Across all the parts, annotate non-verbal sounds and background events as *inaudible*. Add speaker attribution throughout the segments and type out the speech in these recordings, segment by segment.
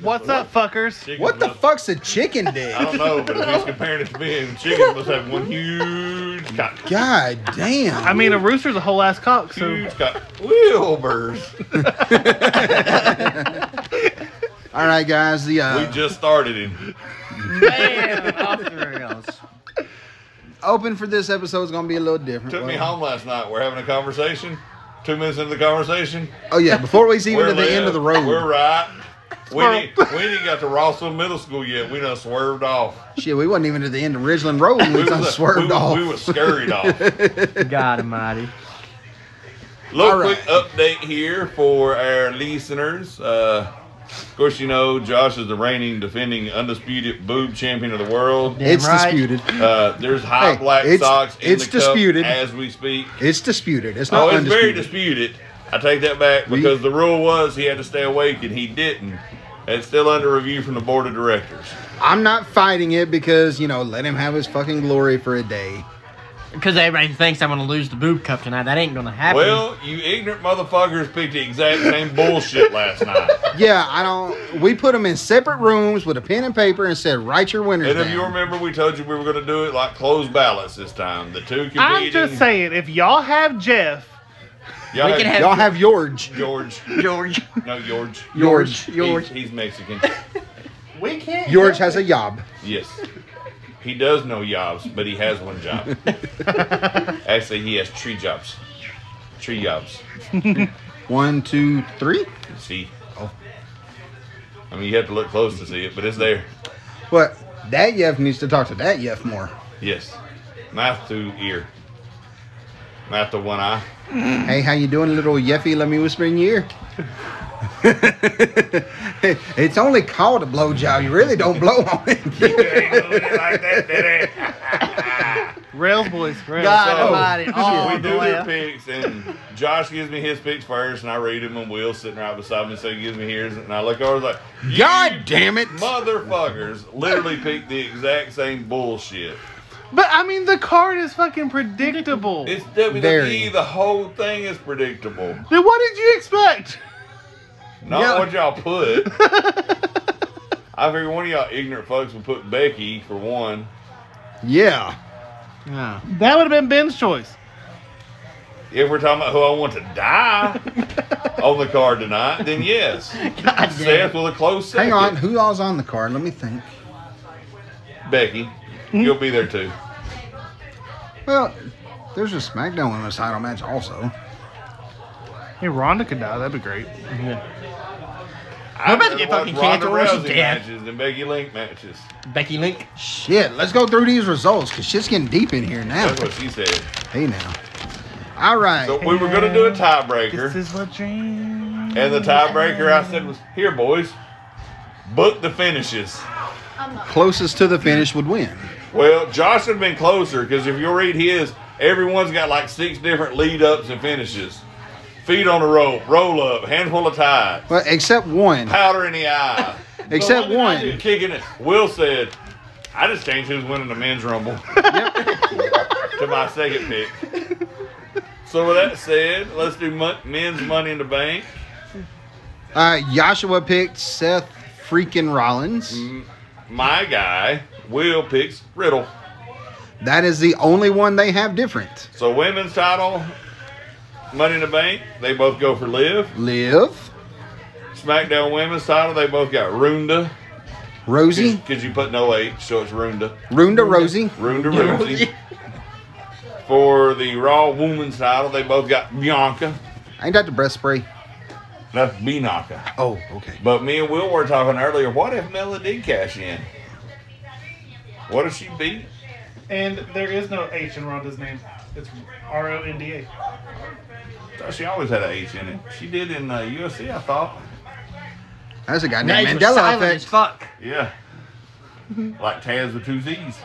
Speaker 1: What's up, fuckers?
Speaker 2: Chicken
Speaker 3: What the
Speaker 2: must-
Speaker 3: fuck's a chicken dick?
Speaker 2: I don't know, but if he's comparing it to being chicken, must have one huge cock.
Speaker 3: God damn.
Speaker 1: I mean, a rooster's a whole ass cock, so
Speaker 2: Huge cock. Wilbur's.
Speaker 3: All right, guys. The
Speaker 2: We
Speaker 3: uh,
Speaker 2: just started him.
Speaker 4: Damn, off the rails.
Speaker 3: *laughs* open for this episode is gonna be a little different.
Speaker 2: Took me
Speaker 3: Well,
Speaker 2: home last night. We're having a conversation. Two minutes into the conversation,
Speaker 3: Oh yeah, before we even
Speaker 2: we're
Speaker 3: to the end
Speaker 2: left.
Speaker 3: of the road.
Speaker 2: We're
Speaker 3: *laughs*
Speaker 2: right. We ain't, we ain't got to Rossville Middle School yet. We done swerved off.
Speaker 3: Shit, we wasn't even at the end of Ridgeland Road when we,
Speaker 2: was
Speaker 3: done
Speaker 2: a-
Speaker 3: swerved
Speaker 2: *laughs* we, were-
Speaker 3: off.
Speaker 2: We were scurried off.
Speaker 4: God almighty.
Speaker 2: Little
Speaker 3: All right.
Speaker 2: quick update here for our listeners. Uh, of course, you know Josh is the reigning, defending, undisputed boob champion of the world.
Speaker 4: Damn
Speaker 3: it's
Speaker 4: right.
Speaker 3: disputed.
Speaker 2: Uh, there's high
Speaker 3: Hey,
Speaker 2: black
Speaker 3: it's-
Speaker 2: socks in
Speaker 3: it's
Speaker 2: the
Speaker 3: disputed.
Speaker 2: cup as we speak.
Speaker 3: It's disputed. It's
Speaker 2: Oh,
Speaker 3: not
Speaker 2: it's very
Speaker 3: undisputed.
Speaker 2: disputed. I take that back
Speaker 3: We-
Speaker 2: because the rule was he had to stay awake and he didn't. It's still under review from the board of directors.
Speaker 3: I'm not fighting it because you know, let him have his fucking glory for a day.
Speaker 4: Because everybody thinks I'm going to lose the boob cup tonight. That ain't going to happen.
Speaker 2: Well, you ignorant motherfuckers picked the exact same bullshit
Speaker 3: *laughs*
Speaker 2: last night.
Speaker 3: Yeah, I don't. We put them in separate rooms with a pen and paper and said, "Write your winners."
Speaker 2: And if you
Speaker 3: down."
Speaker 2: remember, we told you we were going to do it like closed ballots this time. The two competing.
Speaker 1: I'm just saying, if y'all have Jeff,
Speaker 2: Y'all
Speaker 4: We
Speaker 2: had
Speaker 4: can have-
Speaker 3: Y'all have George.
Speaker 2: George.
Speaker 4: George.
Speaker 2: No, George.
Speaker 3: George.
Speaker 4: George.
Speaker 2: He's, he's Mexican.
Speaker 1: we can't.
Speaker 3: George has a yob.
Speaker 2: Yes. He does know jobs, but he has
Speaker 4: *laughs*
Speaker 2: one job. Actually, he has tree jobs. Tree jobs.
Speaker 3: One, two, three.
Speaker 2: See? Oh. I mean, you have to look close to see it, but it's there.
Speaker 3: What? That Yef needs to talk to that Yef more.
Speaker 2: Yes. Mouth to ear. Mouth to one eye.
Speaker 3: Hey, how you doing, little Yeffy? Let me whisper in your ear. *laughs* it's only called a blowjob. You really don't blow on it. *laughs*
Speaker 2: like that, did
Speaker 1: Rails, boys. Rails.
Speaker 4: God
Speaker 3: Oh,
Speaker 2: So-
Speaker 4: almighty. All
Speaker 2: *laughs* we
Speaker 4: the
Speaker 2: do
Speaker 4: way
Speaker 2: their
Speaker 4: up.
Speaker 2: picks, and Josh gives me his picks first, and I read him. And Will's sitting right beside me, so he gives me his, and I look over like, "You
Speaker 3: God damn it!
Speaker 2: motherfuckers!" Literally picked the exact same bullshit.
Speaker 1: But I mean, the card is fucking predictable.
Speaker 2: It's WWE.
Speaker 3: Very.
Speaker 2: The whole thing is predictable.
Speaker 1: Then what did you expect?
Speaker 2: Not
Speaker 3: Yeah.
Speaker 2: what y'all
Speaker 3: *laughs*
Speaker 2: put. I figure one of y'all ignorant fucks would put Becky for one.
Speaker 3: Yeah.
Speaker 4: Yeah.
Speaker 1: That would have been Ben's choice.
Speaker 2: If we're talking about who I want to
Speaker 3: *laughs*
Speaker 2: die on the card tonight, then yes,
Speaker 1: *laughs*
Speaker 4: God damn.
Speaker 2: Seth with a close second.
Speaker 3: Hang on. Who all's on the card? Let me think.
Speaker 2: Becky, you'll be there too.
Speaker 3: Well, there's a SmackDown Women's title match also.
Speaker 1: Hey, Rhonda could die. That'd be great.
Speaker 2: I'm
Speaker 4: about to get fucking canceled when she's dead.
Speaker 2: matches than Becky Link matches.
Speaker 4: Becky Link.
Speaker 3: Shit, let's go through these results because shit's getting deep in here now.
Speaker 2: That's what she said.
Speaker 3: Hey, now. All right.
Speaker 2: So we were gonna do a
Speaker 1: This
Speaker 2: tiebreaker,
Speaker 1: is what dream.
Speaker 2: and the tiebreaker I said was here, boys. Book the finishes.
Speaker 3: Closest to the finish would win.
Speaker 2: Well, Josh had been closer because if you read his, everyone's got like six different lead ups and finishes. Feet on a rope, roll up, handful of tie,
Speaker 3: Well, except one.
Speaker 2: powder in the eye.
Speaker 3: Except
Speaker 2: So what did I
Speaker 3: one.
Speaker 2: do? Kicking it. Will said, I just changed who's winning the men's rumble to my second pick. So with that said, let's do mon- men's money in the bank.
Speaker 3: Uh, Yashua picked Seth freaking Rollins.
Speaker 2: Mm-hmm. My guy, Will picks Riddle.
Speaker 3: That is the only one they have different.
Speaker 2: So women's title, money in the bank, they both go for live.
Speaker 3: Liv,
Speaker 2: SmackDown women's title, they both got Runda.
Speaker 3: Rosie,
Speaker 2: Because you put no H, so it's Runda.
Speaker 3: Runda Rosie,
Speaker 2: Runda Rousey. For the Raw women's title, they both got Bianca.
Speaker 3: Ain't that the breast spray?
Speaker 2: That's Bianca.
Speaker 3: Oh, okay.
Speaker 2: But me and Will were talking earlier, what if Mela did cash in? What if she beat?
Speaker 1: And there is no H in Rhonda's name. It's R O N D A.
Speaker 2: thought she always had a H in it. She did in uh, UFC, I thought.
Speaker 3: That's a goddamn
Speaker 4: Names were
Speaker 3: Mandela
Speaker 4: silent as
Speaker 3: effect.
Speaker 4: fuck.
Speaker 2: Yeah. like Taz with two Z's.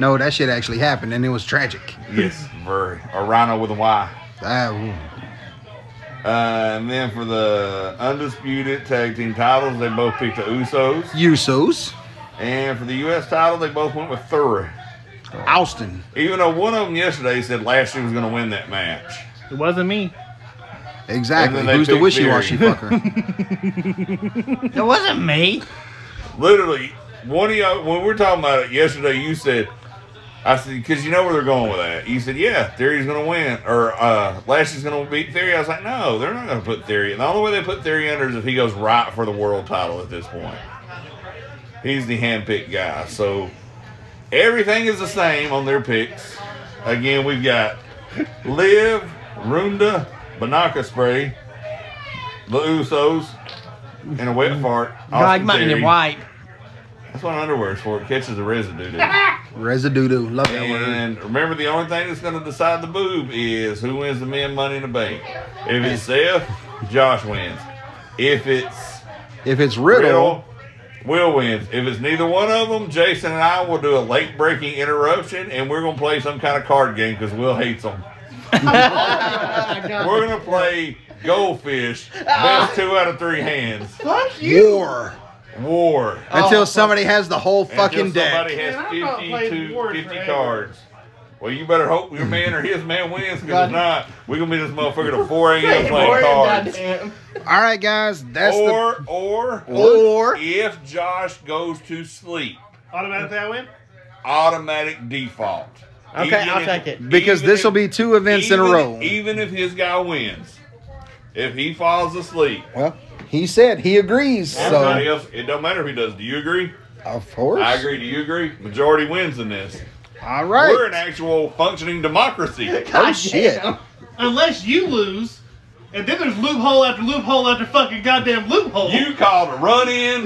Speaker 3: No, that shit actually happened, and it was tragic.
Speaker 2: Yes, very. *laughs* Or Rhino with a Y.
Speaker 3: Ah, ooh.
Speaker 2: Uh, and then for the undisputed tag team titles, they both picked the Usos.
Speaker 3: Usos,
Speaker 2: And for the U.S. title, they both went with Thurry.
Speaker 3: Austin.
Speaker 2: Even though one of them yesterday said Lashley was going to win that match.
Speaker 1: It wasn't me.
Speaker 3: Exactly.
Speaker 2: And then they
Speaker 3: Who's the
Speaker 2: picked *laughs*
Speaker 3: wishy-washy
Speaker 2: Theory.
Speaker 3: fucker?
Speaker 4: It wasn't me.
Speaker 2: Literally, one of y'all, when we were talking about it yesterday, you said, I said, because you know where they're going with that. You said, yeah, Theory's going to win, or uh, Lashley's going to beat Theory. I was like, no, they're not going to put Theory. And the only way they put Theory under is if he goes right for the world title at this point. He's the handpicked guy. So everything is the same on their picks. Again, we've got Liv, Runda, Banaka Spray, the Usos, and a wet fart.
Speaker 4: Dog
Speaker 2: Austin
Speaker 4: mutton
Speaker 2: Theory.
Speaker 4: and white.
Speaker 2: That's what underwear's for. It catches the residue. Dude.
Speaker 3: Residue. doo. Love that word.
Speaker 2: And remember, the only thing that's going to decide the boob is who wins the men money in the bank. If it's Seth, Josh wins. If it's
Speaker 3: If it's Riddle,
Speaker 2: Riddle, Will wins. If it's neither one of them, Jason and I will do a late breaking interruption and we're going to play some kind of card game because Will hates them. we're going to play Goldfish, best two out of three hands.
Speaker 5: Fuck you.
Speaker 3: war.
Speaker 2: War.
Speaker 3: Until somebody has the whole fucking
Speaker 2: Oh. Until
Speaker 3: deck.
Speaker 2: somebody
Speaker 5: Man,
Speaker 2: has
Speaker 5: I'm not playing
Speaker 2: 52,
Speaker 5: Ward
Speaker 2: 50
Speaker 5: forever.
Speaker 2: cards. Well, you better hope your man or his man wins, because
Speaker 5: God.
Speaker 2: if not, we're going to be this motherfucker to 4 a.m.
Speaker 5: Hey,
Speaker 2: playing
Speaker 5: Warren,
Speaker 2: cards.
Speaker 5: goddamn.
Speaker 3: All right, guys. That's
Speaker 2: Or, or,
Speaker 3: the or.
Speaker 2: if Josh goes to sleep,
Speaker 1: Automatically, I win.
Speaker 2: automatic default.
Speaker 5: Okay, I'll take it.
Speaker 3: Because this will be two events in a row.
Speaker 2: Even if his guy wins, if he falls asleep,
Speaker 3: Well, he said he agrees.
Speaker 2: everybody
Speaker 3: So,
Speaker 2: else, it don't matter if he does. Do you agree?
Speaker 3: of course.
Speaker 2: I agree. Do you agree? Majority wins in this.
Speaker 3: All
Speaker 2: We're an
Speaker 3: right.
Speaker 2: actual functioning
Speaker 3: *laughs*
Speaker 2: democracy.
Speaker 3: Oh, shit.
Speaker 1: Unless you lose, and then there's loophole after loophole after fucking goddamn loophole.
Speaker 2: You called a run in.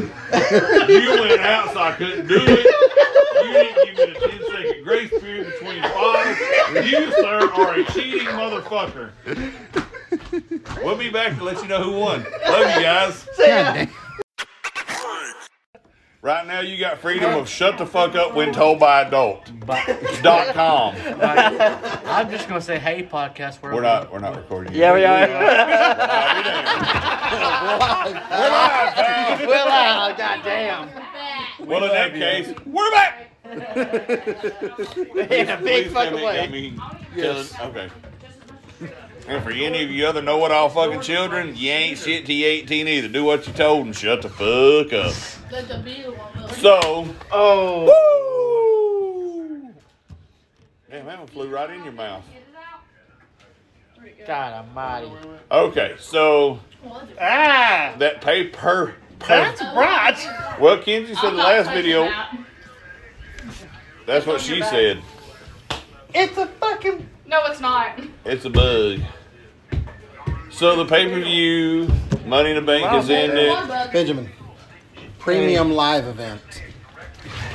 Speaker 2: you went out, so I couldn't do it. You didn't give me the 10 second grace period between five. You, sir, are a cheating motherfucker. We'll be back to let you know who won. Love you guys.
Speaker 3: God damn.
Speaker 2: Right now, you got freedom of shut the fuck up when told by adult. Dot com.
Speaker 4: I'm just gonna say, hey, podcast.
Speaker 2: We're not. We're not recording.
Speaker 1: Oh,
Speaker 5: Yeah, we are.
Speaker 2: We're live, pal.
Speaker 5: Will I? Oh, Goddamn.
Speaker 2: Well, in that case, we're back.
Speaker 5: *laughs* In a
Speaker 2: Please
Speaker 5: big
Speaker 2: tell
Speaker 5: fucking
Speaker 2: me- I
Speaker 5: way.
Speaker 2: mean, tell- okay. And for any of you other know it all fucking children, you ain't shit till you 18 either. Do what you told and shut the fuck up.
Speaker 6: Let the bill won't look.
Speaker 2: So,
Speaker 1: oh.
Speaker 2: woo! Damn, that one flew right in your mouth.
Speaker 5: God almighty.
Speaker 2: Okay, so
Speaker 1: Ah.
Speaker 2: that pay per. per-
Speaker 1: That's right.
Speaker 2: well, Kenzie said the last video, that's what
Speaker 6: on your
Speaker 2: she
Speaker 6: back.
Speaker 2: said.
Speaker 5: It's a fucking.
Speaker 6: No, it's not.
Speaker 2: It's a bug. So the pay per view, Money in the Bank is ended.
Speaker 3: Benjamin. Premium live event.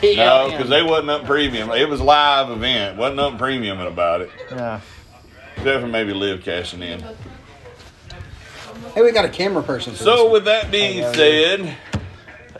Speaker 2: No, because they wasn't up premium. It was live event. wasn't up premium about it.
Speaker 5: Yeah.
Speaker 2: Except for maybe Liv cashing in.
Speaker 3: Hey, we got a camera person. for this
Speaker 2: So
Speaker 3: one.
Speaker 2: with that being said,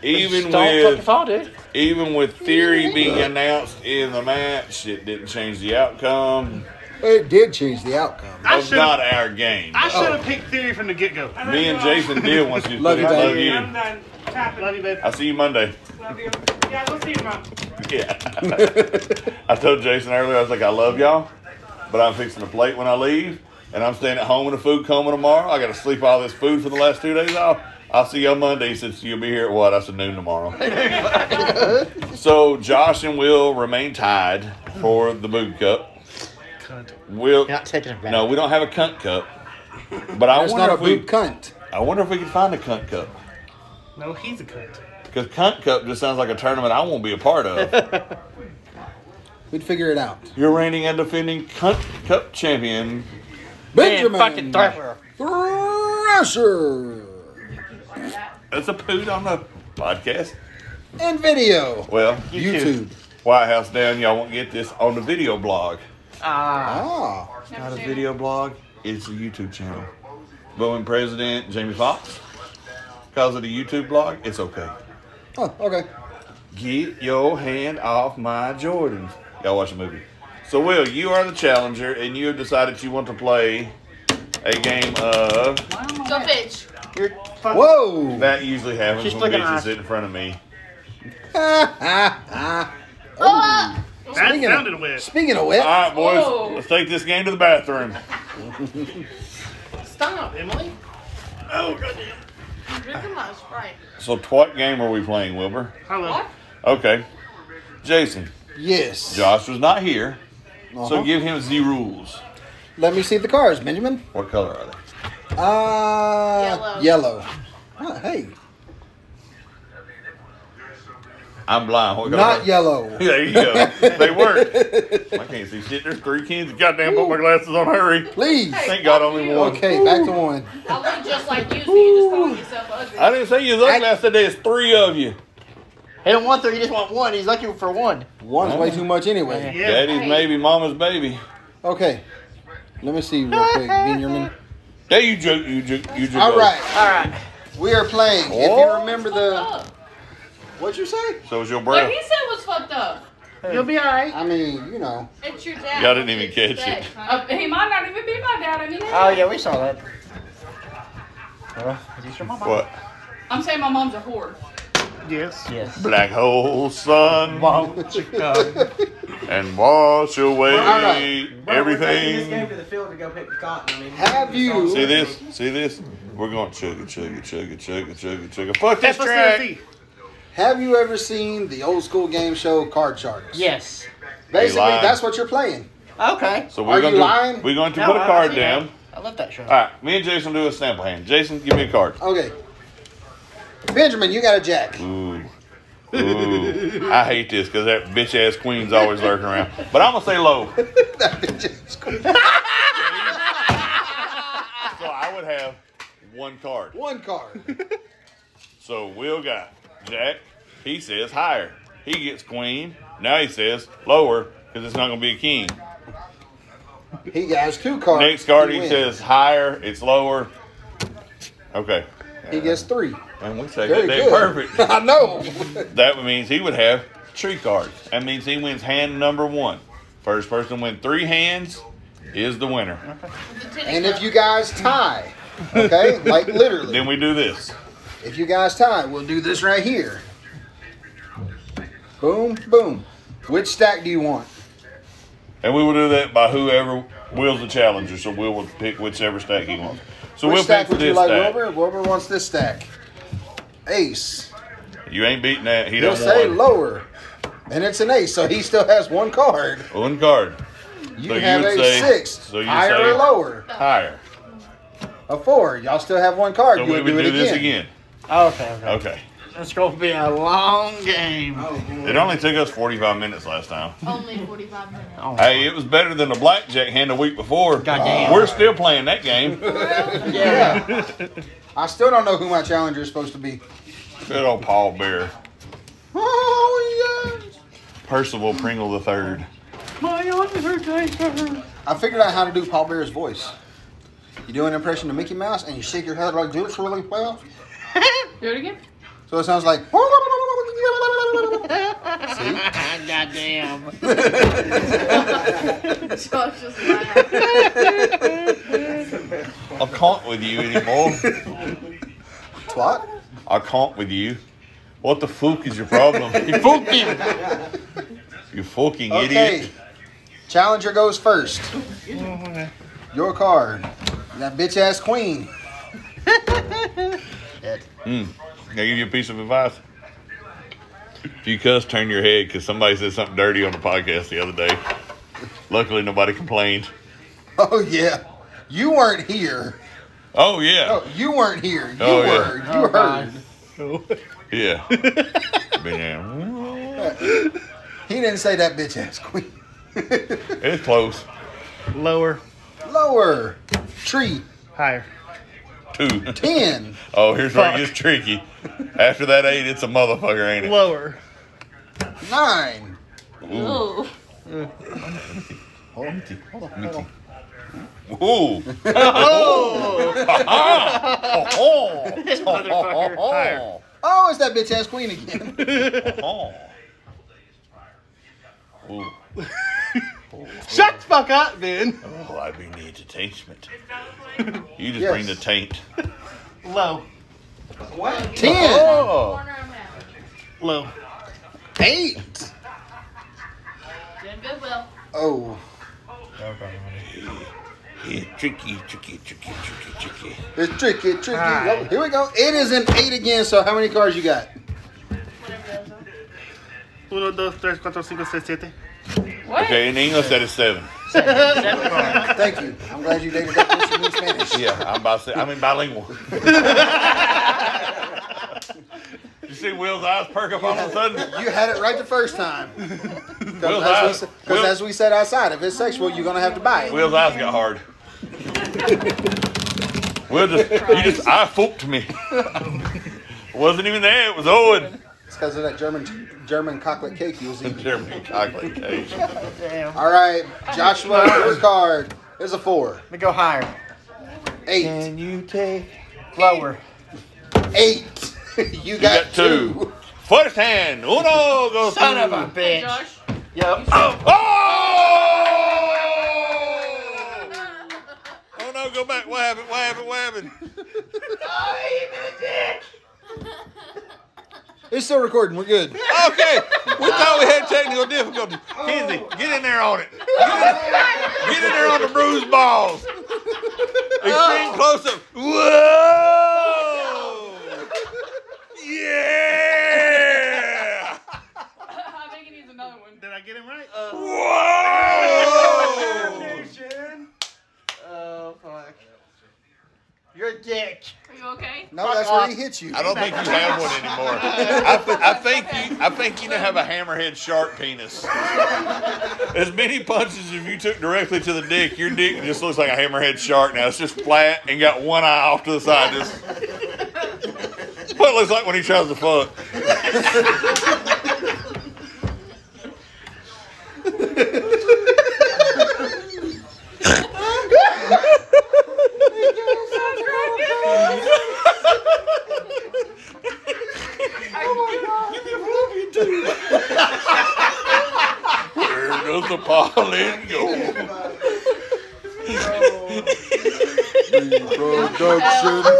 Speaker 2: even with
Speaker 5: fall, dude.
Speaker 2: even with theory being announced in the match, it didn't change the outcome.
Speaker 3: it did change the outcome.
Speaker 1: I
Speaker 2: It's
Speaker 1: should've-
Speaker 2: not Oh. our game.
Speaker 1: I should have picked theory from the get go.
Speaker 2: Me and Jason did once you
Speaker 3: Love
Speaker 2: put
Speaker 3: you,
Speaker 2: it
Speaker 3: baby.
Speaker 2: plug in.
Speaker 1: done tapping. Love you, babe.
Speaker 2: I see you Monday.
Speaker 1: Love you. Yeah, we'll see you, mom.
Speaker 2: *laughs* Yeah. I told Jason earlier, I was like, I love y'all, but I'm fixing a plate when I leave, and I'm staying at home in a food coma tomorrow. I got to sleep all this food for the last two days off. I'll see y'all Monday since you'll be here at what? I said noon
Speaker 3: *laughs*
Speaker 2: tomorrow. so Josh and Will remain tied for the boot cup. Will,
Speaker 5: You're not taking it back.
Speaker 2: no, we don't have a cunt cup. But I
Speaker 3: That's
Speaker 2: wonder
Speaker 3: not a
Speaker 2: if we,
Speaker 3: boot cunt.
Speaker 2: I wonder if we can find a cunt cup
Speaker 1: No, he's a cunt.
Speaker 2: because cunt cup just sounds like a tournament I won't be a part of. *laughs*
Speaker 3: We'd figure it out.
Speaker 2: Your reigning and defending cunt cup champion,
Speaker 5: Man,
Speaker 3: Benjamin.
Speaker 5: fucking Thrasher.
Speaker 3: Thrasher.
Speaker 2: That's a poot on the podcast.
Speaker 3: And video.
Speaker 2: Well,
Speaker 3: YouTube.
Speaker 2: White House down. Y'all won't get this on the video blog.
Speaker 5: Ah.
Speaker 3: Ah.
Speaker 6: Not
Speaker 2: blog. It's a YouTube channel. But when President Jamie Foxx calls it a YouTube blog, it's okay.
Speaker 3: Oh, okay.
Speaker 2: Get your hand off my Jordans. Y'all watch the movie. So, Will, you are the challenger, and you have decided you want to play a game of.
Speaker 6: Go fetch.
Speaker 2: You're fucking-
Speaker 3: Whoa. *laughs*
Speaker 2: That usually happens
Speaker 5: She's
Speaker 2: when
Speaker 5: looking
Speaker 2: bitches
Speaker 5: at-
Speaker 2: sit in front of me.
Speaker 6: Oh.
Speaker 1: That
Speaker 3: Speaking of-
Speaker 1: sounded wet.
Speaker 3: Speaking of
Speaker 2: All
Speaker 3: wet,
Speaker 2: right, boys,
Speaker 6: Oh.
Speaker 2: let's take this game to the bathroom.
Speaker 5: Stop, Emily.
Speaker 6: I'm drinking my Sprite.
Speaker 2: So, what game are we playing, Wilbur?
Speaker 1: Hello.
Speaker 6: What?
Speaker 2: Okay. Jason,
Speaker 3: yes.
Speaker 2: Josh was not here,
Speaker 3: Uh-huh.
Speaker 2: so give him the rules.
Speaker 3: Let me see the cars, Benjamin.
Speaker 2: What color are they?
Speaker 3: Uh,
Speaker 6: Yellow.
Speaker 3: yellow. Oh, hey,
Speaker 2: I'm blind. What color are
Speaker 3: not
Speaker 2: they?
Speaker 3: yellow.
Speaker 2: *laughs* There you go. they
Speaker 3: *laughs*
Speaker 2: work. I can't see shit. There's three kids. Goddamn, put my glasses on. Hurry.
Speaker 3: Please.
Speaker 2: Thank God, only one.
Speaker 3: Okay, back to one.
Speaker 6: I look just like you, so you just calling yourself ugly.
Speaker 2: I didn't say you look last today. It's three of you.
Speaker 5: He don't want three. He just want one. He's looking for one.
Speaker 3: One's way too much anyway.
Speaker 1: Yeah.
Speaker 2: Daddy's
Speaker 6: Right.
Speaker 2: maybe, mama's baby.
Speaker 3: Okay, let me see real quick, Benjamin.
Speaker 2: There you joke. You joke. You joke.
Speaker 3: All right,
Speaker 5: All right.
Speaker 3: we are playing. If you
Speaker 2: Oh.
Speaker 3: remember
Speaker 6: Fucked
Speaker 3: the,
Speaker 6: up.
Speaker 3: what'd you say?
Speaker 2: So was your breath.
Speaker 6: What he said was fucked up.
Speaker 5: You'll be all right.
Speaker 3: I mean, you know.
Speaker 6: It's your dad.
Speaker 2: Y'all didn't even catch
Speaker 6: Dad.
Speaker 2: it.
Speaker 6: Uh, he might not even be my dad. I mean,
Speaker 5: Oh yeah, we saw that. Uh, is this your mama?
Speaker 2: What?
Speaker 6: I'm saying my mom's a whore.
Speaker 1: Yes.
Speaker 5: Yes.
Speaker 2: Black hole sun
Speaker 5: Mom.
Speaker 2: and wash away
Speaker 3: All
Speaker 7: This
Speaker 3: right.
Speaker 7: game
Speaker 2: everything.
Speaker 7: to the field to go pick cotton. I mean,
Speaker 3: Have you-
Speaker 2: See this? See this? We're going chugga, chugga, chugga, chugga, chugga, chugga. Fuck this track.
Speaker 1: FSCSE.
Speaker 3: Have you ever seen the old school game show Card Sharks?
Speaker 5: Yes.
Speaker 3: Basically,
Speaker 2: He lied.
Speaker 3: that's what you're playing.
Speaker 5: Okay.
Speaker 2: So
Speaker 3: Are
Speaker 2: we're going
Speaker 3: you
Speaker 2: to
Speaker 3: lying?
Speaker 2: we're going to
Speaker 5: No,
Speaker 2: put a
Speaker 5: I-
Speaker 2: card
Speaker 5: I see that.
Speaker 2: down.
Speaker 5: I love that show.
Speaker 2: All right, me and Jason will do a sample hand. Jason, give me a card.
Speaker 3: Okay. Benjamin, you got a jack.
Speaker 2: Ooh. Ooh. I hate this because that bitch ass queen's always lurking around. But I'm going to say low.
Speaker 3: *laughs* That bitch is cool.
Speaker 2: So I would have one card.
Speaker 3: One card.
Speaker 2: So Will got Jack. He says higher. He gets queen. Now he says lower because it's not going to be a king.
Speaker 3: He has two cards.
Speaker 2: Next card, he
Speaker 3: wins.
Speaker 2: says higher. It's lower. Okay.
Speaker 3: He gets three.
Speaker 2: And we say that
Speaker 3: Very
Speaker 2: day
Speaker 3: good.
Speaker 2: perfect.
Speaker 3: *laughs* I know.
Speaker 2: That means he would have three cards. That means he wins hand number one. First person to win three hands is the winner.
Speaker 6: With the titty
Speaker 3: and
Speaker 6: cup.
Speaker 3: if you guys tie, okay, like literally,
Speaker 2: Then we do this.
Speaker 3: if you guys tie, we'll do this right here. Boom, boom. Which stack do you want?
Speaker 2: And we will do that by whoever wills the challenger. So Will will pick whichever stack he wants. So
Speaker 3: Which
Speaker 2: we'll pick
Speaker 3: stack
Speaker 2: for
Speaker 3: would you
Speaker 2: this
Speaker 3: like,
Speaker 2: stack.
Speaker 3: Wilbur? Wilbur wants this stack. Ace.
Speaker 2: You ain't beating that. He
Speaker 3: He'll
Speaker 2: don't
Speaker 3: say
Speaker 2: want
Speaker 3: lower. And it's an ace, so he still has one card.
Speaker 2: it. one card
Speaker 3: You
Speaker 2: So you
Speaker 3: have
Speaker 2: would
Speaker 3: a
Speaker 2: say-
Speaker 3: six,
Speaker 2: so you
Speaker 3: higher
Speaker 2: say-
Speaker 3: or lower.
Speaker 2: higher.
Speaker 3: A four. Y'all still have one card.
Speaker 2: So
Speaker 3: you
Speaker 2: we
Speaker 3: would
Speaker 2: would
Speaker 3: do,
Speaker 2: do,
Speaker 3: it
Speaker 2: this
Speaker 3: again.
Speaker 2: again.
Speaker 1: Oh,
Speaker 5: Okay. Okay.
Speaker 2: Okay.
Speaker 5: It's going to be a long game.
Speaker 2: It only took us 45 minutes last time.
Speaker 6: Only 45 minutes.
Speaker 2: Hey, it was better than the blackjack hand the week before.
Speaker 5: damn.
Speaker 2: We're still playing that game.
Speaker 3: Yeah. I still don't know who my challenger is supposed to be.
Speaker 2: Good old Paul Bear.
Speaker 3: Oh yeah.
Speaker 2: Percival Pringle the Third.
Speaker 3: I figured out how to do Paul Bear's voice. You do an impression of Mickey Mouse and you shake your head like this really well.
Speaker 6: Do it again.
Speaker 3: So it sounds like.
Speaker 5: Goddamn.
Speaker 6: Josh just *laughs* laughed.
Speaker 2: I can't with you anymore.
Speaker 3: Twat.
Speaker 2: I can't with you. What the fuck is your problem? You fucking, you fucking
Speaker 3: Okay.
Speaker 2: idiot.
Speaker 3: Challenger goes first. Your card. That bitch ass queen.
Speaker 2: Can I give you a piece of advice? If you cuss, turn your head because somebody said something dirty on the podcast the other day. Luckily, nobody complained.
Speaker 3: Oh yeah. You weren't here.
Speaker 2: Oh yeah,
Speaker 3: No, you weren't here. You
Speaker 2: Oh, yeah.
Speaker 3: were. You heard.
Speaker 2: yeah. *laughs* Man,
Speaker 3: He didn't say that bitch ass queen. *laughs*
Speaker 2: it's close.
Speaker 1: Lower.
Speaker 3: Lower. Tree.
Speaker 1: Higher.
Speaker 2: Two.
Speaker 3: Ten.
Speaker 2: Oh, here's where it gets tricky. After that eight, it's a motherfucker, ain't it?
Speaker 1: Lower.
Speaker 3: Nine.
Speaker 6: Ooh.
Speaker 2: Hold on, Mitty. Hold on, Mitty. Ooh. Oh. *laughs*
Speaker 4: This motherfucker.
Speaker 2: Oh.
Speaker 3: Oh, it's that bitch ass queen again.
Speaker 2: Ooh.
Speaker 1: Shut the fuck up, then.
Speaker 2: Oh, I be need to taste You just
Speaker 3: Yes.
Speaker 2: bring the taint.
Speaker 1: Low,
Speaker 7: What?
Speaker 3: Ten.
Speaker 2: Oh.
Speaker 6: Corner I'm out.
Speaker 1: low.
Speaker 3: Eight.
Speaker 6: Jim Goodwill.
Speaker 3: Oh.
Speaker 2: Yeah, tricky, tricky, tricky, tricky, tricky.
Speaker 3: It's tricky, tricky.
Speaker 4: right.
Speaker 3: Oh, here we go. It is an eight again. So how many cards you got?
Speaker 6: Whatever those are.
Speaker 1: Uno, dos, tres, cuatro, cinco, seis, siete.
Speaker 6: What?
Speaker 2: Okay, in English that is seven.
Speaker 3: Thank you. I'm glad you dated that person in Spanish.
Speaker 2: Yeah, I'm about to say, I
Speaker 4: *laughs*
Speaker 2: mean bilingual. you see Will's eyes perk up all of a sudden?
Speaker 3: You had it right the first time.
Speaker 2: Will's
Speaker 3: Because
Speaker 2: eyes,
Speaker 3: as, we- 'cause
Speaker 2: Will,
Speaker 3: as we said outside, if it's sexual, you're gonna have to buy it.
Speaker 2: Will's eyes got hard. Will just, you just eye fooped me. Wasn't even there, it was Owen.
Speaker 3: It's because of that German German chocolate cake you was eating.
Speaker 2: Jeremy Cogley case.
Speaker 3: All right, Joshua,
Speaker 4: *laughs*
Speaker 3: your card is a four,
Speaker 4: Let me go higher.
Speaker 3: eight,
Speaker 2: you take?
Speaker 4: Lower.
Speaker 3: eight. *laughs* You got,
Speaker 2: You got two. First hand, uno goes
Speaker 4: Son
Speaker 2: to-
Speaker 4: of a
Speaker 6: Hey,
Speaker 4: bitch.
Speaker 6: Josh. *laughs*
Speaker 4: Yep.
Speaker 2: Oh!
Speaker 4: *laughs*
Speaker 2: Oh! Oh no, go back. What happened? What happened? What happened?
Speaker 3: It's still recording. We're good.
Speaker 2: Okay, we thought we had technical difficulties. Kenzie, get in there on it. Get in, get in there on the bruised balls. Extreme close up. Whoa! Yeah!
Speaker 6: I think he needs another one.
Speaker 1: Did I get him right?
Speaker 2: Whoa!
Speaker 4: Oh, fuck. You're a dick.
Speaker 6: Are you okay? *laughs*
Speaker 3: No, that's where he hit you.
Speaker 2: I don't think you have one anymore. I, th- I think you, I think you now have a hammerhead shark penis. As many punches as you took directly to the dick, your dick just looks like a hammerhead shark now. It's just flat and got one eye off to the side. Just what it looks like when he tries to fuck. There goes the pollen go.
Speaker 3: Production.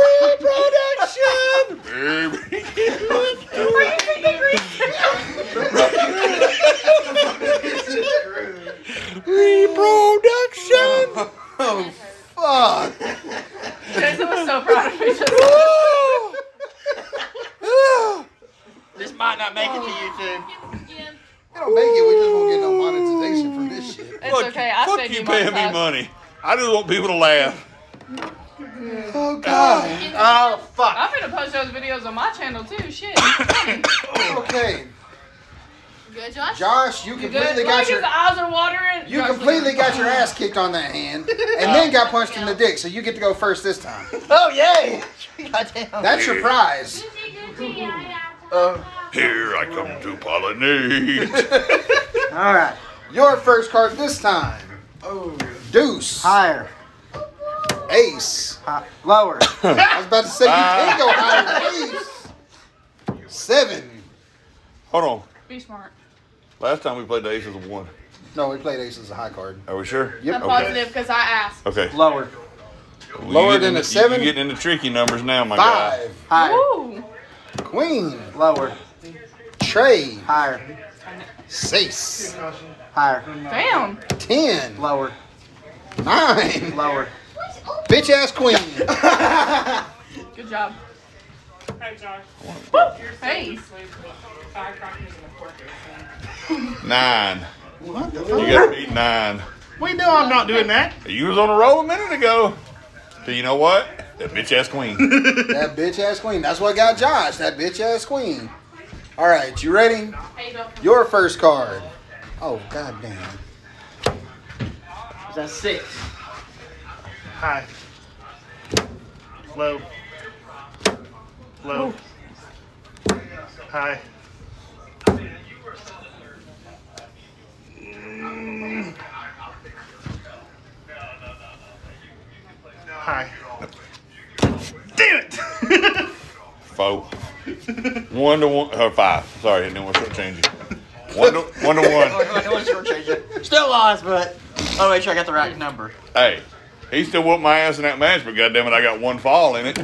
Speaker 3: *laughs*
Speaker 2: Baby. Reproduction.
Speaker 3: Oh, fuck.
Speaker 6: Jason was so proud of me.
Speaker 4: *laughs*
Speaker 6: Just
Speaker 4: This might not make it to YouTube.
Speaker 6: Jim,
Speaker 3: We don't make it. We just won't get no monetization for this shit.
Speaker 6: it's okay. I
Speaker 2: fuck
Speaker 6: said
Speaker 2: you
Speaker 6: you
Speaker 2: paying me
Speaker 6: monetized.
Speaker 2: money. I just want people to laugh.
Speaker 3: Oh god.
Speaker 4: Oh, fuck.
Speaker 6: I'm gonna post those videos on my channel too. Shit.
Speaker 3: Okay,
Speaker 6: Good, Josh.
Speaker 3: Josh, you
Speaker 6: You
Speaker 3: completely
Speaker 6: good?
Speaker 3: got
Speaker 6: Like
Speaker 3: your
Speaker 6: his eyes are watering.
Speaker 3: you
Speaker 6: Josh,
Speaker 3: completely
Speaker 6: look.
Speaker 3: got your ass kicked on that hand, and then got punched in the dick. So you get to go first this time.
Speaker 4: Oh, yay. Goddamn.
Speaker 3: That's your prize.
Speaker 2: Here I come to pollinate.
Speaker 4: All right.
Speaker 3: Your first card this time.
Speaker 7: Oh.
Speaker 3: Deuce.
Speaker 4: Higher.
Speaker 3: Ace.
Speaker 4: Hi- lower.
Speaker 3: *laughs* I was about to say you can go higher than ace. Seven.
Speaker 2: Hold on.
Speaker 6: Be smart.
Speaker 2: Last time we played the ace was a one.
Speaker 3: No, we played ace as a high card.
Speaker 2: Are we sure?
Speaker 6: I'm
Speaker 2: Okay.
Speaker 6: positive because I asked.
Speaker 2: Okay.
Speaker 4: Lower.
Speaker 2: Well, you
Speaker 3: Lower
Speaker 2: getting
Speaker 3: than
Speaker 2: into-
Speaker 3: a seven?
Speaker 2: You you getting into tricky numbers now, my guy.
Speaker 3: Five.
Speaker 4: Higher.
Speaker 6: Ooh.
Speaker 3: Queen.
Speaker 4: Lower.
Speaker 3: Trade.
Speaker 4: Higher.
Speaker 3: Six.
Speaker 4: Higher.
Speaker 6: Damn.
Speaker 3: Ten.
Speaker 4: Lower.
Speaker 3: Nine.
Speaker 4: Lower.
Speaker 3: Bitch ass queen.
Speaker 6: Good job. Hey, Josh.
Speaker 2: Nine. You got to beat nine.
Speaker 1: We know I'm not doing that.
Speaker 2: You was on a roll a minute ago. Do you know what? That bitch ass queen.
Speaker 3: That bitch ass queen. That's what got Josh. That bitch ass queen. All right, you ready?
Speaker 6: Hey. Hey,
Speaker 3: Your first card. Oh goddamn.
Speaker 4: Is that six?
Speaker 1: High. Low. Low. High. Mm. high. Damn it!
Speaker 2: Four. One to one, or five. Sorry, and then we're shortchanging. One to one.
Speaker 5: *laughs*
Speaker 2: To one.
Speaker 5: Wait, wait, I want to shortchange it. Still lost, but I want to make sure I got the right number.
Speaker 2: Hey, he still whooped my ass in that match, but goddamn it, I got one fall
Speaker 5: *laughs*
Speaker 2: in it.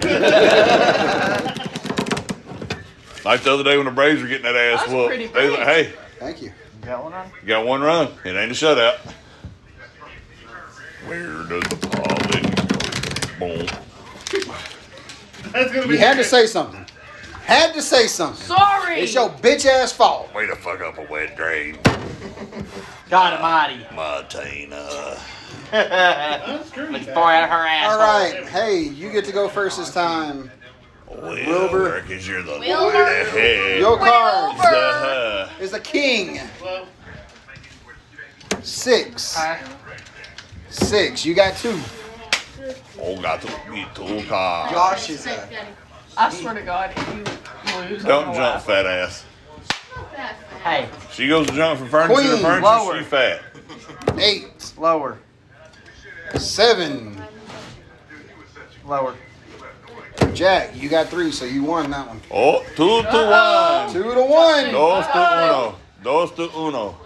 Speaker 2: like the other day when the Braves were getting that ass
Speaker 6: That's pretty
Speaker 2: whooped. They was like,
Speaker 6: big.
Speaker 2: hey,
Speaker 3: Thank you.
Speaker 5: Got one on?
Speaker 2: you got one run. It ain't a shutout. Where does the ball in go? Boom.
Speaker 1: That's gonna be.
Speaker 3: You had to say something. Had to say something.
Speaker 6: Sorry.
Speaker 3: It's your bitch ass fault.
Speaker 2: Way to fuck up a wet drain,
Speaker 5: God almighty.
Speaker 2: Martina.
Speaker 1: That's true.
Speaker 5: Let's pour out her ass.
Speaker 3: All right. Hey, you get to go first this time. Wilbur.
Speaker 2: because you're the
Speaker 6: Wilbur.
Speaker 2: Lord of head.
Speaker 3: Your
Speaker 6: Wilbur.
Speaker 3: card
Speaker 2: Uh-huh.
Speaker 3: is a king.
Speaker 1: Well,
Speaker 3: Six.
Speaker 1: I-
Speaker 3: Six. You got two.
Speaker 2: Oh, got to be too calm.
Speaker 5: Josh is a.
Speaker 6: I swear to God, if you lose,
Speaker 2: Don't
Speaker 6: I'm
Speaker 2: jump, fat ass.
Speaker 5: Hey,
Speaker 2: She goes to jump from furniture to
Speaker 3: Queen,
Speaker 2: furniture.
Speaker 5: lower.
Speaker 2: She fat.
Speaker 3: Eight.
Speaker 5: lower.
Speaker 3: Seven.
Speaker 5: Lower.
Speaker 3: Jack, you got three, so you won that one.
Speaker 2: Oh, two to
Speaker 6: Uh-oh.
Speaker 2: one.
Speaker 3: Two to one.
Speaker 2: Dos to uno. Dos to uno.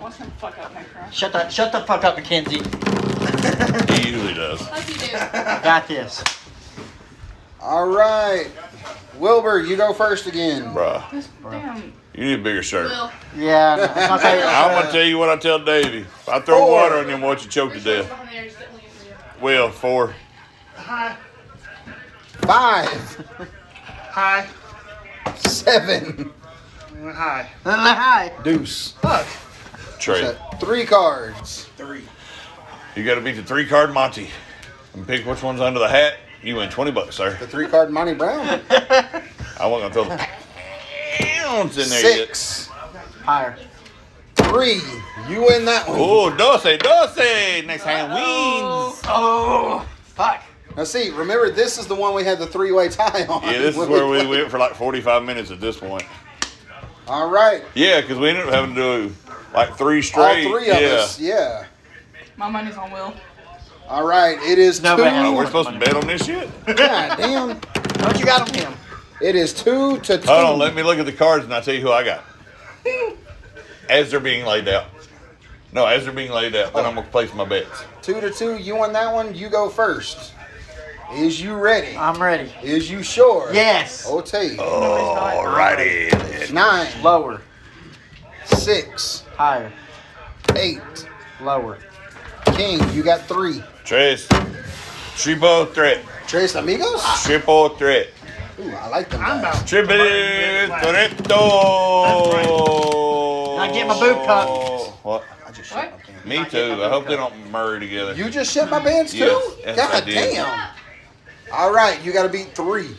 Speaker 6: Watch him fuck up my crush.
Speaker 5: Shut the, shut the fuck up, Mackenzie.
Speaker 2: He usually does.
Speaker 6: How'd you do?
Speaker 5: I got this.
Speaker 3: All right. Wilbur, you go first again.
Speaker 2: *laughs* Bruh,
Speaker 6: Damn.
Speaker 2: you need a bigger shirt.
Speaker 6: Will.
Speaker 5: Yeah, no, it's my favorite.
Speaker 2: I'm going to tell you what I tell Davey. If I throw
Speaker 3: Four.
Speaker 2: water on him, watch you choke to death. Well, four.
Speaker 1: hi,
Speaker 3: Five.
Speaker 1: hi,
Speaker 3: Seven.
Speaker 1: and hi.
Speaker 5: Hi.
Speaker 3: Deuce.
Speaker 1: Fuck.
Speaker 2: Trey,
Speaker 3: Got Three cards.
Speaker 7: Three.
Speaker 2: you got to beat the three card Monty and pick which one's under the hat. You win 20 bucks, sir.
Speaker 3: The three card
Speaker 2: *laughs*
Speaker 3: Monty Brown.
Speaker 2: I wasn't going to throw the pounds in there yet.
Speaker 3: Six.
Speaker 5: Higher.
Speaker 3: Three. You win that one.
Speaker 2: Oh, doce, doce. Next hand wins.
Speaker 5: Oh, fuck.
Speaker 3: Now see, remember this is the one we had the three way tie on.
Speaker 2: Yeah, this is
Speaker 3: *laughs* when
Speaker 2: where we
Speaker 3: played.
Speaker 2: went for like 45 minutes at this point.
Speaker 3: All right.
Speaker 2: Yeah, because we ended up having to do like three
Speaker 3: All
Speaker 2: straight.
Speaker 3: three of
Speaker 2: yeah.
Speaker 3: us. Yeah.
Speaker 6: My money's on Will.
Speaker 3: All right. It is
Speaker 5: No,
Speaker 3: two.
Speaker 5: but
Speaker 2: Oh,
Speaker 5: I-
Speaker 2: we're supposed to bet on this shit?
Speaker 3: God damn.
Speaker 5: Don't you got him?
Speaker 3: It is two to two.
Speaker 2: Hold on, let me look at the cards and I'll tell you who I got. As they're being laid out. No, as they're being laid out, then I'm going to place my bets.
Speaker 3: Two to two. You won that one. You go first. Is you ready?
Speaker 5: I'm ready.
Speaker 3: Is you sure?
Speaker 5: Yes.
Speaker 3: OT.
Speaker 2: Oh. Alrighty. then.
Speaker 3: Nine,
Speaker 5: Lower.
Speaker 3: six,
Speaker 5: Higher.
Speaker 3: eight.
Speaker 5: Lower.
Speaker 3: King, you got three.
Speaker 2: Tres. Triple threat.
Speaker 3: Tres amigos?
Speaker 2: Triple threat.
Speaker 3: Ooh, I like them.
Speaker 1: I'm about.
Speaker 2: Triple
Speaker 1: That's
Speaker 2: threato.
Speaker 5: Now get my boob cup.
Speaker 2: What?
Speaker 3: I just
Speaker 6: What?
Speaker 3: shit my pants.
Speaker 2: Me too. I hope they don't murder together.
Speaker 3: You just shit my pants too?
Speaker 2: Yes, yes,
Speaker 3: God
Speaker 2: I did.
Speaker 3: damn. All right, you got to beat three.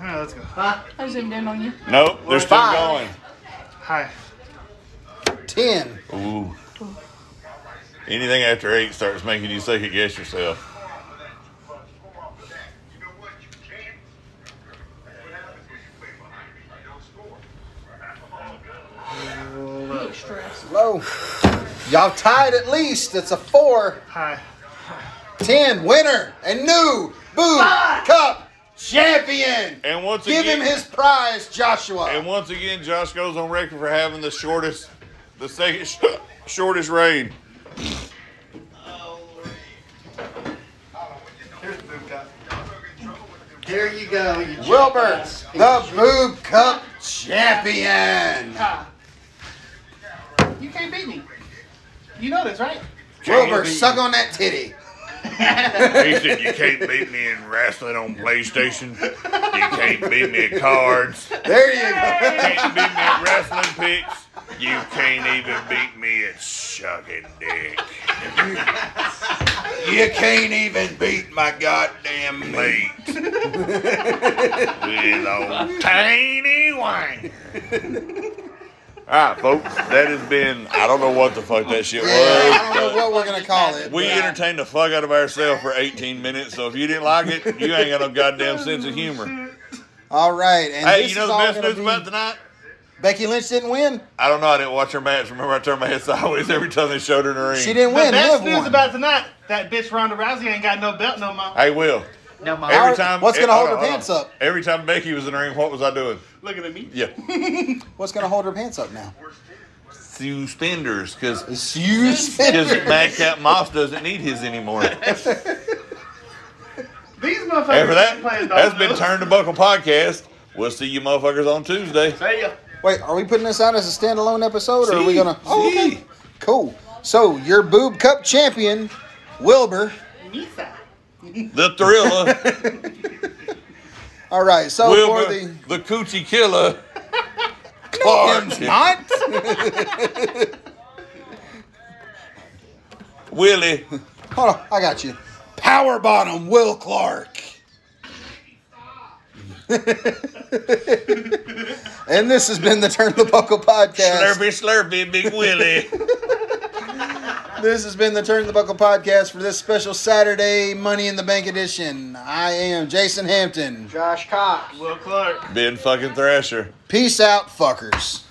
Speaker 1: Alright, let's go. Hi,
Speaker 6: I zoomed in on you.
Speaker 2: nope, they're still
Speaker 3: Five.
Speaker 1: hi.
Speaker 3: Ten.
Speaker 2: going. Ooh. Anything after eight starts making you second guess yourself.
Speaker 6: Look stressed.
Speaker 3: Low. Y'all tied at least. It's a four.
Speaker 1: Hi.
Speaker 3: Ten. Winner and new Boo Cup champion.
Speaker 2: And once
Speaker 3: Give
Speaker 2: again,
Speaker 3: him his prize, Joshua.
Speaker 2: and once again, Josh goes on record for having the shortest, the second sh- shortest reign.
Speaker 5: Here you go. You
Speaker 3: Wilbur, the Boob Cup champion.
Speaker 6: Ah.
Speaker 1: You can't beat me. You know this, right?
Speaker 3: Wilbur, suck on that titty.
Speaker 2: He said, "You can't beat me in wrestling on PlayStation. You can't beat me at cards. You
Speaker 3: There you go.
Speaker 2: can't beat me at wrestling picks. You can't even beat me at sucking dick.
Speaker 3: You can't even beat my goddamn
Speaker 2: Meat with old tiny wine." All right, folks. That has been. I don't know what the fuck that shit
Speaker 3: Yeah,
Speaker 2: was.
Speaker 3: *laughs* I
Speaker 2: but-
Speaker 3: don't know what we're gonna call it.
Speaker 2: We
Speaker 3: but-
Speaker 2: entertained the fuck out of ourselves for 18 minutes, so if you didn't like it, you ain't got no goddamn sense of humor.
Speaker 3: All right, and
Speaker 2: Hey,
Speaker 3: this
Speaker 2: you know
Speaker 3: is
Speaker 2: the
Speaker 3: all
Speaker 2: best
Speaker 3: gonna
Speaker 2: news
Speaker 3: be
Speaker 2: about tonight?
Speaker 3: Becky Lynch didn't win.
Speaker 2: I don't know. I didn't watch her match. Remember, I turned my head sideways *laughs* every time they showed her in the ring.
Speaker 3: She didn't
Speaker 1: The
Speaker 3: win. Liv
Speaker 1: best news
Speaker 3: won.
Speaker 1: about tonight, that bitch Ronda Rousey ain't got no belt no more.
Speaker 2: I will.
Speaker 4: No, my
Speaker 2: Every
Speaker 3: How-
Speaker 2: time.
Speaker 3: what's gonna
Speaker 2: eh,
Speaker 3: hold
Speaker 2: on,
Speaker 3: her
Speaker 2: on.
Speaker 3: pants up?
Speaker 2: Every time Becky was in the ring, what was I doing?
Speaker 1: Looking at me.
Speaker 3: *laughs*
Speaker 2: Yeah,
Speaker 3: What's going to hold her pants up
Speaker 2: *laughs*
Speaker 3: now?
Speaker 2: suspenders because
Speaker 3: It's you,
Speaker 2: because
Speaker 3: Spender.
Speaker 2: Madcap Moss doesn't need his *laughs* anymore.
Speaker 1: These motherfuckers
Speaker 2: After that,
Speaker 1: ain't playing
Speaker 2: that's been
Speaker 1: dominoes.
Speaker 2: turned to buckle podcast. We'll see you motherfuckers on Tuesday.
Speaker 1: There you go.
Speaker 3: Wait, are we putting this out as a standalone episode, or are we
Speaker 2: See?
Speaker 3: gonna? Oh,
Speaker 2: See?
Speaker 3: okay. Cool. So your boob cup champion, Wilbur.
Speaker 1: Misa.
Speaker 2: The Thriller,
Speaker 3: *laughs* All right. So
Speaker 2: Wilbur,
Speaker 3: for the
Speaker 2: the Coochie Killer, Clark, Willie.
Speaker 3: Hold on, I got you. Power bottom, Will Clark. *laughs* and this has been the Turn the Buckle podcast.
Speaker 2: Slurpy, slurpy, big
Speaker 3: *laughs*
Speaker 2: Willie.
Speaker 3: This has been the Turn the Buckle podcast for this special Saturday Money in the Bank edition. I am Jason Hampton.
Speaker 7: Josh Cox.
Speaker 1: Will Clark.
Speaker 2: Ben fucking Thrasher.
Speaker 3: Peace out, fuckers.